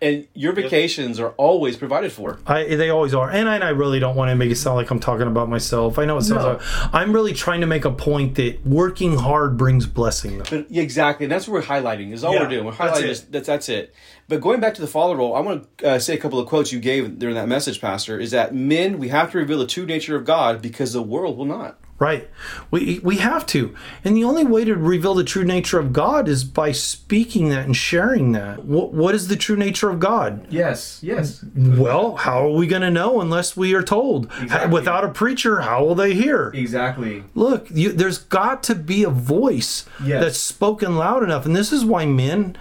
Speaker 3: And your vacations are always provided for.
Speaker 2: I, they always are, and I, and I really don't want to make it sound like I'm talking about myself. I know it sounds
Speaker 1: No.
Speaker 2: like I'm really trying to make a point that working hard brings blessing. Though.
Speaker 3: But yeah, exactly, and that's what we're highlighting. Is all
Speaker 2: Yeah,
Speaker 3: we're doing. We're
Speaker 2: that's
Speaker 3: highlighting
Speaker 2: it.
Speaker 3: this, that's that's it. But going back to the father role, I want to uh, say a couple of quotes you gave during that message, Pastor. Is that men we have to reveal the true nature of God because the world will not.
Speaker 2: Right? We we have to, and the only way to reveal the true nature of God is by speaking that and sharing that. What what is the true nature of God?
Speaker 1: Yes. Yes.
Speaker 2: Well, how are we going to know unless we are told?
Speaker 1: Exactly.
Speaker 2: Without a preacher, how will they hear?
Speaker 1: Exactly.
Speaker 2: look you, there's got to be a voice
Speaker 1: Yes.
Speaker 2: that's spoken loud enough and this is why men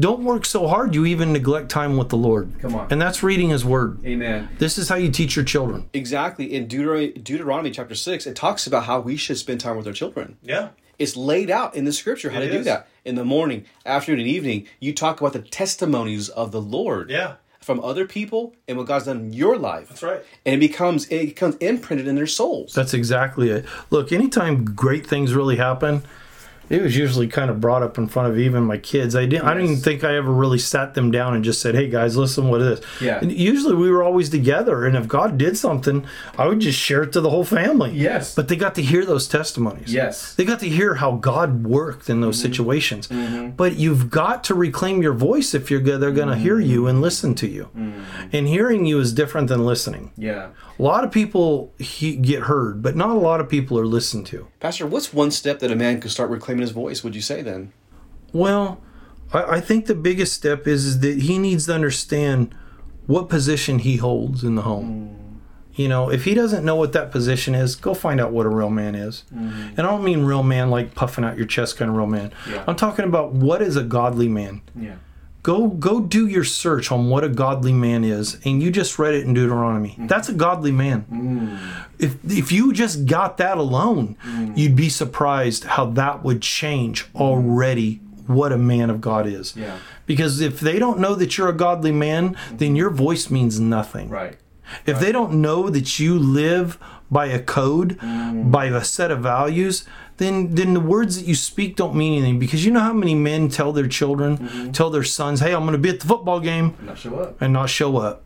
Speaker 2: don't work so hard you even neglect time with the lord
Speaker 1: Come on.
Speaker 2: and that's reading his word
Speaker 1: Amen.
Speaker 2: this is how you teach your children
Speaker 3: Exactly. In Deuteronomy, Deuteronomy chapter six, it talks about how we should spend time with our children.
Speaker 2: yeah
Speaker 3: It's laid out in the scripture how
Speaker 1: It
Speaker 3: to do
Speaker 1: is.
Speaker 3: that. In the morning, afternoon, and evening, you talk about the testimonies of the Lord.
Speaker 2: Yeah.
Speaker 3: From other people and what God's done in your life. That's
Speaker 2: right.
Speaker 3: And it becomes it becomes imprinted in their souls.
Speaker 2: that's exactly it look anytime great things really happen it was usually kind of brought up in front of even my kids. I didn't. I don't even think I ever really sat them down and just said, "Hey guys, listen, what is this?"
Speaker 1: Yeah.
Speaker 2: And usually we were always together, and if God did something, I would just share it to the whole family.
Speaker 1: Yes.
Speaker 2: But they got to hear those testimonies.
Speaker 1: Yes. Mm-hmm.
Speaker 2: They got to hear how God worked in those situations. But you've got to reclaim your voice if you're go- they're going to hear you and listen to you.
Speaker 1: Mm-hmm.
Speaker 2: And hearing you is different than listening.
Speaker 1: Yeah.
Speaker 2: A lot of people he- get heard, but not a lot of people are listened to.
Speaker 3: Pastor, what's one step that a man could start reclaiming his voice? Would you say then?
Speaker 2: Well, I, I think the biggest step is, is that he needs to understand what position he holds in the home. You know, if he doesn't know what that position is, go find out what a real man is. And I don't mean real man like puffing out your chest kind of real man.
Speaker 1: Yeah.
Speaker 2: I'm talking about what is a godly man.
Speaker 1: Yeah.
Speaker 2: Go go do your search on what a godly man is, and you just read it in Deuteronomy.
Speaker 1: Mm.
Speaker 2: That's a godly man. If if you just got that alone,
Speaker 1: Mm.
Speaker 2: you'd be surprised how that would change already what a man of God is.
Speaker 1: Yeah.
Speaker 2: Because if they don't know that you're a godly man, then your voice means nothing.
Speaker 1: Right.
Speaker 2: If they don't know that you live by a code,
Speaker 1: Mm.
Speaker 2: by a set of values, then then the words that you speak don't mean anything. Because you know how many men tell their children,
Speaker 1: Mm-hmm.
Speaker 2: tell their sons, "Hey, I'm going to be at the football game,"
Speaker 1: Not show up.
Speaker 2: and not show up.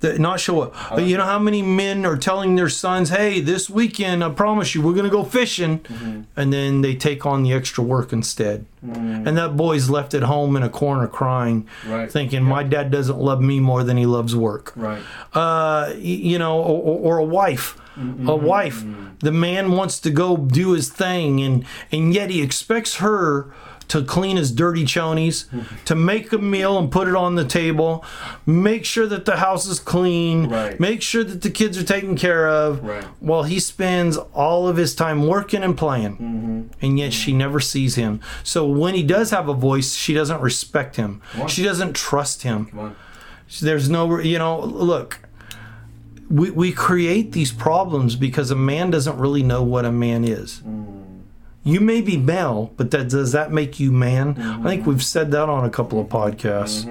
Speaker 2: That not show up. But
Speaker 1: Uh-huh.
Speaker 2: you know how many men are telling their sons, "Hey, this weekend, I promise you, we're going to go fishing,"
Speaker 1: Mm-hmm.
Speaker 2: and then they take on the extra work instead. And that boy's left at home in a corner crying,
Speaker 1: Mm. Right.
Speaker 2: thinking, "My dad doesn't love me more than he loves work."
Speaker 1: Right.
Speaker 2: uh, y- you know, or, or, or a wife.
Speaker 1: Mm-hmm.
Speaker 2: A wife, the man wants to go do his thing, and and yet he expects her to clean his dirty chonies, to make a meal and put it on the table, make sure that the house is clean,
Speaker 1: Right.
Speaker 2: make sure that the kids are taken care of,
Speaker 1: Right.
Speaker 2: while he spends all of his time working and playing,
Speaker 1: Mm-hmm.
Speaker 2: and yet she never sees him. So when he does have a voice, she doesn't respect him,
Speaker 1: on.
Speaker 2: she doesn't trust him.
Speaker 1: Come on.
Speaker 2: There's no, you know, look, we, we create these problems because a man doesn't really know what a man is. You may be male, but that does that make you man? I think we've said that on a couple of podcasts.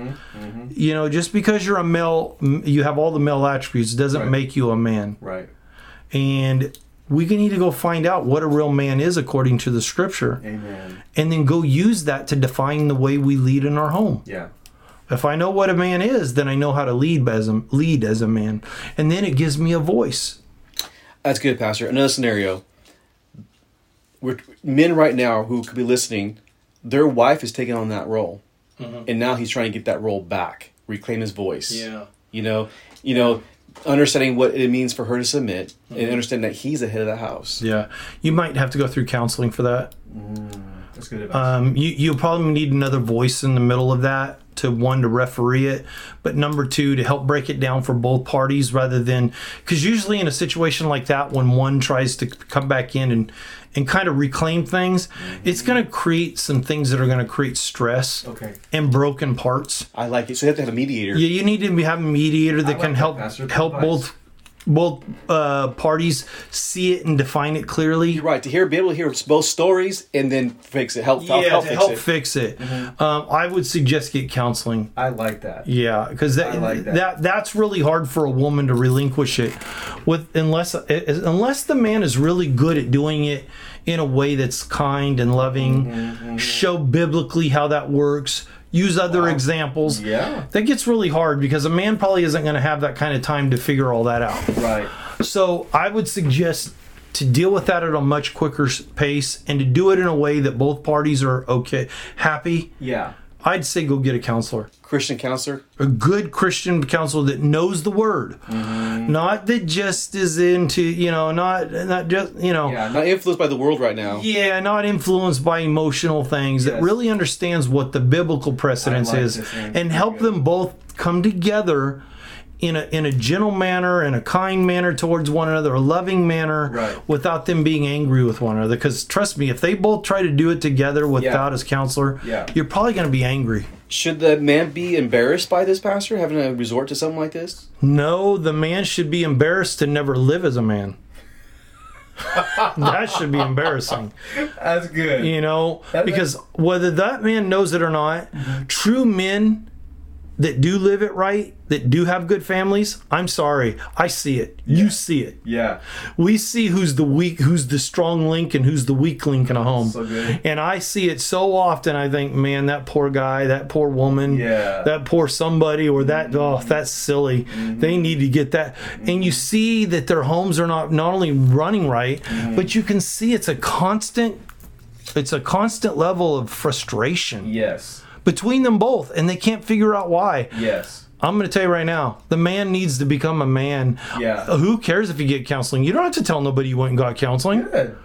Speaker 2: You know, just because you're a male, m- you have all the male attributes doesn't
Speaker 1: Right.
Speaker 2: make you a man.
Speaker 1: Right.
Speaker 2: And we can need to go find out what a real man is according to the scripture
Speaker 1: Amen.
Speaker 2: and then go use that to define the way we lead in our home.
Speaker 1: Yeah.
Speaker 2: If I know what a man is, then I know how to lead as a, lead as a man. And then it gives me a voice.
Speaker 3: That's good, Pastor. Another scenario. We're, men right now who could be listening, their wife is taking on that role, and now he's trying to get that role back, reclaim his voice. you know, you know, understanding what it means for her to submit, and understand that he's the head of the house.
Speaker 2: Yeah. You might have to go through counseling for that.
Speaker 1: That's good advice.
Speaker 2: Um, you, you'll probably need another voice in the middle of that to one to referee it but number two to help break it down for both parties rather than because usually in a situation like that when one tries to come back in and and kind of reclaim things it's going to create some things that are going to create stress
Speaker 1: okay.
Speaker 2: and broken parts
Speaker 3: I like it. So you have to have a mediator.
Speaker 2: yeah, you need to be- have a mediator that
Speaker 1: like
Speaker 2: can
Speaker 1: that,
Speaker 2: help
Speaker 1: Pastor. Good
Speaker 2: help
Speaker 1: advice.
Speaker 2: both both uh, parties see it and define it clearly
Speaker 3: You're right to hear, be able to hear both stories, and then fix it. Help, help,
Speaker 2: yeah
Speaker 3: help
Speaker 2: to
Speaker 3: fix
Speaker 2: help
Speaker 3: it.
Speaker 2: fix it um, i would suggest get counseling
Speaker 1: I like that.
Speaker 2: Yeah, because that,
Speaker 1: I like
Speaker 2: that
Speaker 1: that.
Speaker 2: that's really hard for a woman to relinquish it, with unless uh, unless the man is really good at doing it in a way that's kind and loving. Show biblically how that works. Use other examples.
Speaker 1: Yeah.
Speaker 2: that gets really hard because a man probably isn't going to have that kind of time to figure all that out.
Speaker 1: Right.
Speaker 2: So I would suggest to deal with that at a much quicker s- pace and to do it in a way that both parties are okay, happy.
Speaker 1: Yeah.
Speaker 2: I'd say go get a counselor
Speaker 3: Christian counselor.
Speaker 2: a good Christian counselor that knows the word, not that just is into you know, not not just you know, yeah,
Speaker 1: Yeah.
Speaker 3: Not influenced by the world right now.
Speaker 2: not influenced by emotional things. That
Speaker 1: Yes.
Speaker 2: really understands what the biblical precedence
Speaker 1: like
Speaker 2: is,
Speaker 1: this answer.
Speaker 2: and help them both come together. In a, in a gentle manner, in a kind manner towards one another, a loving manner,
Speaker 1: Right.
Speaker 2: without them being angry with one another. Because trust me, if they both try to do it together without his counselor,
Speaker 1: Yeah.
Speaker 2: you're probably going to be angry.
Speaker 3: Should the man be embarrassed by this pastor having to resort to something like this?
Speaker 2: No, the man should be embarrassed to never live as a man. that should be embarrassing,
Speaker 1: That's good.
Speaker 2: you know, because whether that man knows it or not, true men that do live it right, that do have good families, I'm sorry, I see it. You see it.
Speaker 1: Yeah.
Speaker 2: We see who's the weak, who's the strong link, and who's the weak link in a home.
Speaker 1: So good.
Speaker 2: And I see it so often. I think, man, that poor guy, that poor woman,
Speaker 1: Yeah. Mm-hmm.
Speaker 2: that poor somebody, or that oh, that's silly. They need to get that. And you see that their homes are not not only running right,
Speaker 1: Mm-hmm.
Speaker 2: but you can see it's a constant. It's a constant level of frustration
Speaker 1: Yes.
Speaker 2: between them both, and they can't figure out why.
Speaker 1: Yes.
Speaker 2: I'm going to tell you right now, the man needs to become a man.
Speaker 1: Yeah.
Speaker 2: Who cares if you get counseling? You don't have to tell nobody you went and got counseling.
Speaker 1: Good.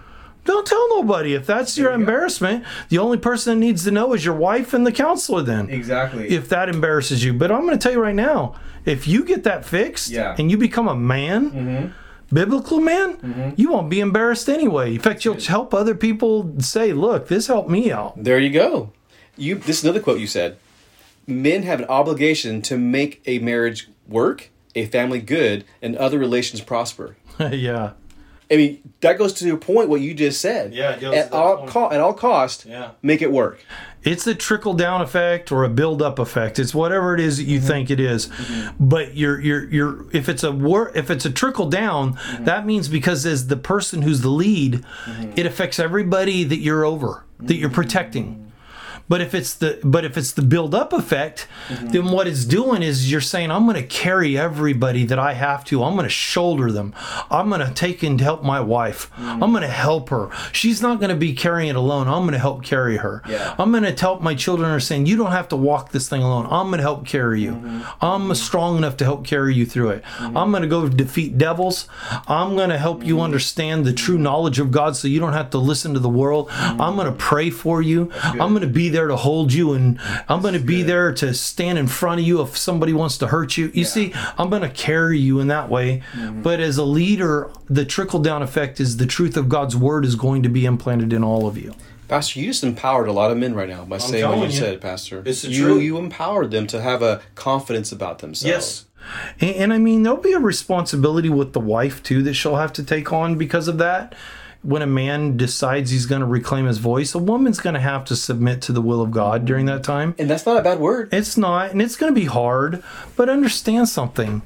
Speaker 2: Don't tell nobody. If that's your embarrassment, the only person that needs to know is your wife and the counselor then.
Speaker 1: Exactly.
Speaker 2: If that embarrasses you. But I'm going to tell you right now, if you get that fixed
Speaker 1: Yeah. Mm-hmm.
Speaker 2: and you become a man, biblical man, you won't be embarrassed anyway. In fact, you'll help other people say, look, this helped me out.
Speaker 3: There you go. You. This is another quote you said. Men have an obligation to make a marriage work, a family good, and other relations prosper.
Speaker 2: yeah.
Speaker 3: I mean, that goes to your point what you just said.
Speaker 2: Yeah, it goes to
Speaker 3: at
Speaker 2: that
Speaker 3: all
Speaker 2: point.
Speaker 3: co- at all cost.
Speaker 2: Yeah.
Speaker 3: make it work.
Speaker 2: it's a trickle down effect or a build up effect. It's whatever it is that you think it is. But you're you're you're if it's a wor- if it's a trickle down, that means because as the person who's the lead, it affects everybody that you're over, that you're protecting. But if it's the but if it's the build up effect, then what it's doing is you're saying I'm going to carry everybody that I have to. I'm going to shoulder them. I'm going to take and help my wife. I'm going to help her. She's not going to be carrying it alone. I'm going to help carry her.
Speaker 1: Yeah.
Speaker 2: I'm going to help my children understand you don't have to walk this thing alone. I'm going to help carry you. I'm strong enough to help carry you through it. I'm going to go defeat devils. I'm going to help you understand the true knowledge of God so you don't have to listen to the world. I'm going to pray for you. I'm going to be there to hold you and I'm going to be there to stand in front of you if somebody wants to hurt you. You see, I'm going to carry you in that way. But as a leader, the trickle down effect is the truth of God's word is going to be implanted in all of you.
Speaker 3: Pastor, you just empowered a lot of men right now by saying what you,
Speaker 2: telling you.
Speaker 3: said, Pastor.
Speaker 2: It's the
Speaker 3: you,
Speaker 2: truth.
Speaker 3: You empowered them to have a confidence about themselves.
Speaker 2: And, and I mean, there'll be a responsibility with the wife too that she'll have to take on because of that. when a man decides he's going to reclaim his voice, a woman's going to have to submit to the will of God during that time.
Speaker 3: And that's not a bad word.
Speaker 2: It's not, and it's going to be hard, but understand something.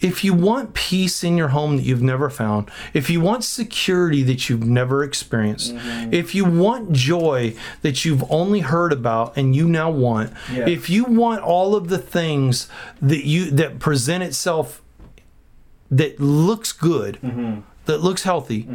Speaker 2: If you want peace in your home that you've never found, if you want security that you've never experienced, if you want joy that you've only heard about and you now want,
Speaker 1: Yeah.
Speaker 2: if you want all of the things that you that present itself that looks good, that looks healthy,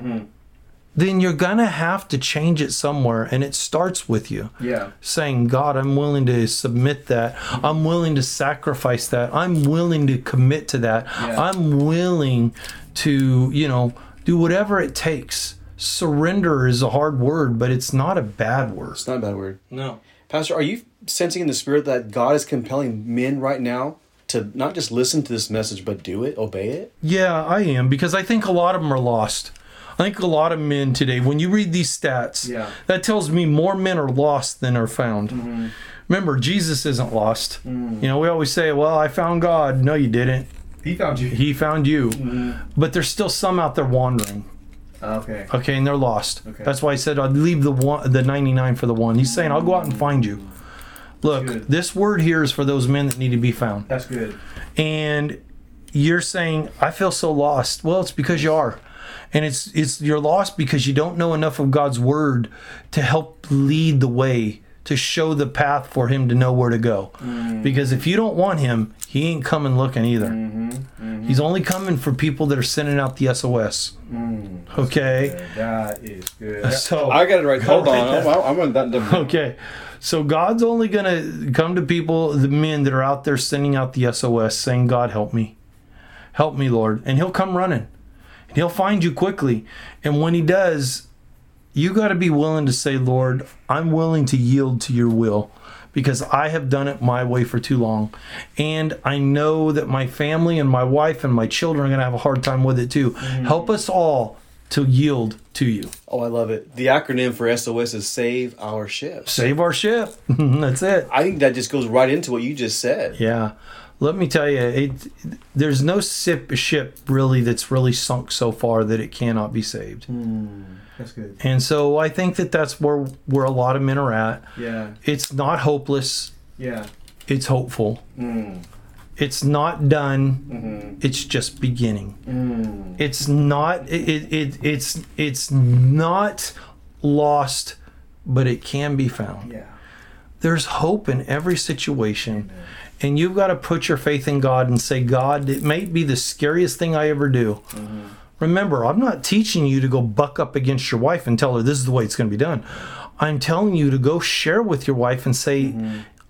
Speaker 2: then you're gonna have to change it somewhere, and it starts with you
Speaker 1: Yeah.
Speaker 2: saying, God, I'm willing to submit that. I'm willing to sacrifice that. I'm willing to commit to that.
Speaker 1: Yeah.
Speaker 2: I'm willing to, you know, do whatever it takes. Surrender is a hard word, but it's not a bad word.
Speaker 3: It's not a bad word.
Speaker 2: No.
Speaker 3: Pastor, are you sensing in the spirit that God is compelling men right now to not just listen to this message, but do it, obey it?
Speaker 2: Yeah, I am because I think a lot of them are lost. I think a lot of men today, when you read these stats,
Speaker 1: Yeah. Mm-hmm.
Speaker 2: that tells me more men are lost than are found. Remember, Jesus isn't lost.
Speaker 1: Mm.
Speaker 2: You know, we always say, well, I found God. No, you didn't.
Speaker 1: He found you.
Speaker 2: He found you.
Speaker 1: Mm-hmm.
Speaker 2: But there's still some out there wandering.
Speaker 1: Okay.
Speaker 2: Okay, and they're lost.
Speaker 1: Okay.
Speaker 2: That's why he said I'd leave the one, the 99 for the one. He's saying I'll go out and find you. Look,
Speaker 1: Good.
Speaker 2: this word here is for those men that need to be found.
Speaker 1: That's good.
Speaker 2: And you're saying I feel so lost. Well, it's because you are. And it's it's you're lost because you don't know enough of God's word to help lead the way, to show the path for him to know where to go. Because if you don't want him, he ain't coming looking either. He's only coming for people that are sending out the SOS. Okay.
Speaker 1: That is good.
Speaker 2: So
Speaker 3: I got it right. Hold on. I'm, I'm on that.
Speaker 2: okay, so God's only gonna come to people, the men that are out there sending out the SOS, saying, "God help me, help me, Lord," and He'll come running, and He'll find you quickly. And when He does, you got to be willing to say, "Lord, I'm willing to yield to Your will." Because I have done it my way for too long. And I know that my family and my wife and my children are going to have a hard time with it too. Help us all to yield to you.
Speaker 3: Oh, I love it. The acronym for SOS is Save Our Ships.
Speaker 2: Save our ship. That's it.
Speaker 3: I think that just goes right into what you just said.
Speaker 2: Yeah. Let me tell you, it, there's no ship, ship really that's really sunk so far that it cannot be saved.
Speaker 1: That's good.
Speaker 2: And so I think that that's where, where a lot of men are at.
Speaker 1: Yeah.
Speaker 2: It's not hopeless,
Speaker 1: Yeah.
Speaker 2: it's hopeful. It's not done, it's just beginning. It's not it, it, it it's it's not lost, but it can be found
Speaker 1: Yeah.
Speaker 2: there's hope in every situation. And you've got to put your faith in God and say, God, it may be the scariest thing I ever do. Remember, I'm not teaching you to go buck up against your wife and tell her this is the way it's going to be done. I'm telling you to go share with your wife and say,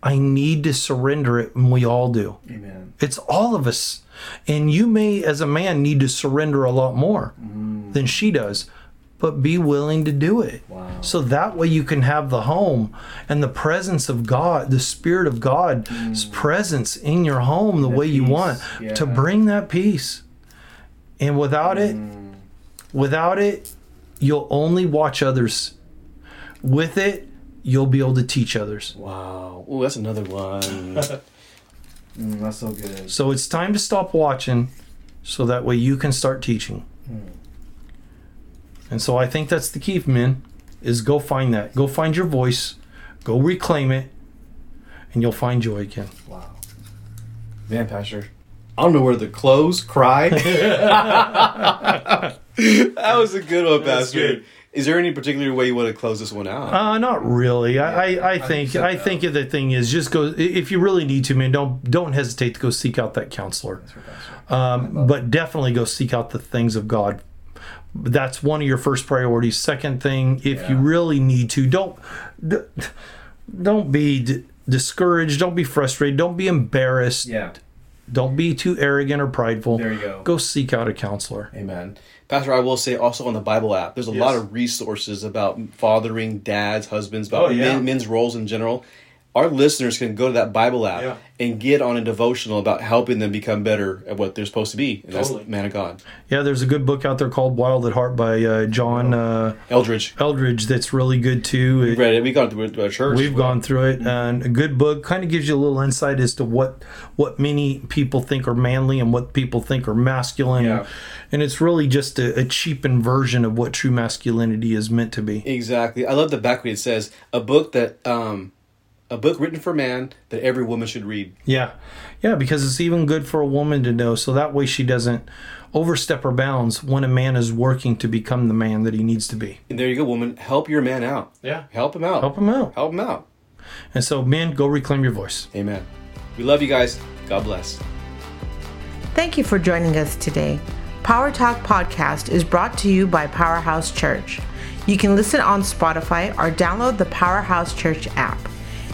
Speaker 2: I need to surrender it, and we all do.
Speaker 1: Amen.
Speaker 2: It's all of us. And you may, as a man, need to surrender a lot more than she does, but be willing to do it.
Speaker 1: Wow.
Speaker 2: So that way you can have the home and the presence of God, the Spirit of God's presence in your home the, way you
Speaker 1: Mm. peace,
Speaker 2: want to
Speaker 1: yeah.
Speaker 2: bring that peace. And without
Speaker 1: Mm.
Speaker 2: it, without it, you'll only watch others. With it, you'll be able to teach others.
Speaker 3: Wow. Oh, that's another one.
Speaker 1: Mm, that's so good.
Speaker 2: So it's time to stop watching so that way you can start teaching. And so I think that's the key, men, is go find that. Go find your voice, go reclaim it, and you'll find joy again.
Speaker 1: Wow.
Speaker 3: Man, Pastor. I don't know where to close, cry. that was a good one,
Speaker 1: That's
Speaker 3: Pastor.
Speaker 1: good.
Speaker 3: Is there any particular way you want to close this one out?
Speaker 2: Uh, not really. I, I, I
Speaker 1: I
Speaker 2: think
Speaker 1: think so,
Speaker 2: I
Speaker 1: though.
Speaker 2: think the thing is just go i- if you really need to, man. Don't don't hesitate to go seek out that counselor, um, but definitely go seek out the things of God. That's one of your first priorities. Second thing, if you
Speaker 1: Yeah.
Speaker 2: really need to, don't d- don't be d- discouraged. Don't be frustrated. Don't be embarrassed.
Speaker 1: Yeah.
Speaker 2: Don't be too arrogant or prideful.
Speaker 1: There you go.
Speaker 2: Go seek out a counselor.
Speaker 3: Amen. Pastor, I will say also on the Bible app, there's a lot of resources about fathering, dads, husbands, about
Speaker 1: Oh, yeah.
Speaker 3: men, men's roles in general. our listeners can go to that Bible app
Speaker 1: Yeah.
Speaker 3: and get on a devotional about helping them become better at what they're supposed to be. And
Speaker 1: Totally.
Speaker 3: that's man of God.
Speaker 2: Yeah, there's a good book out there called Wild at Heart by uh,
Speaker 1: Oh.
Speaker 2: John uh,
Speaker 3: Eldridge.
Speaker 2: Eldridge that's really good too. It-
Speaker 3: Read it. We got it through our church.
Speaker 2: We've gone through it, and a good book kind of gives you a little insight as to what what many people think are manly and what people think are masculine,
Speaker 1: Yeah.
Speaker 2: and it's really just a, a cheapened version of what true masculinity is meant to be.
Speaker 3: Exactly. I love the back read. It says a book that um a book written for man that every woman should read.
Speaker 2: Yeah, yeah, because it's even good for a woman to know, so that way she doesn't overstep her bounds when a man is working to become the man that he needs to be.
Speaker 3: And there you go, woman. Help your man out.
Speaker 1: Yeah.
Speaker 3: Help him out.
Speaker 2: Help him out,
Speaker 3: Help him out.
Speaker 2: and so men, go reclaim your voice.
Speaker 3: Amen. We love you guys. God bless.
Speaker 4: Thank you for joining us today. Power Talk Podcast is brought to you by Powerhouse Church. You can listen on Spotify or download the Powerhouse Church app.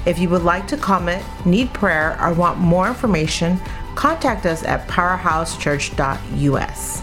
Speaker 4: If you would like to comment, need prayer, or want more information, contact us at powerhousechurch.us.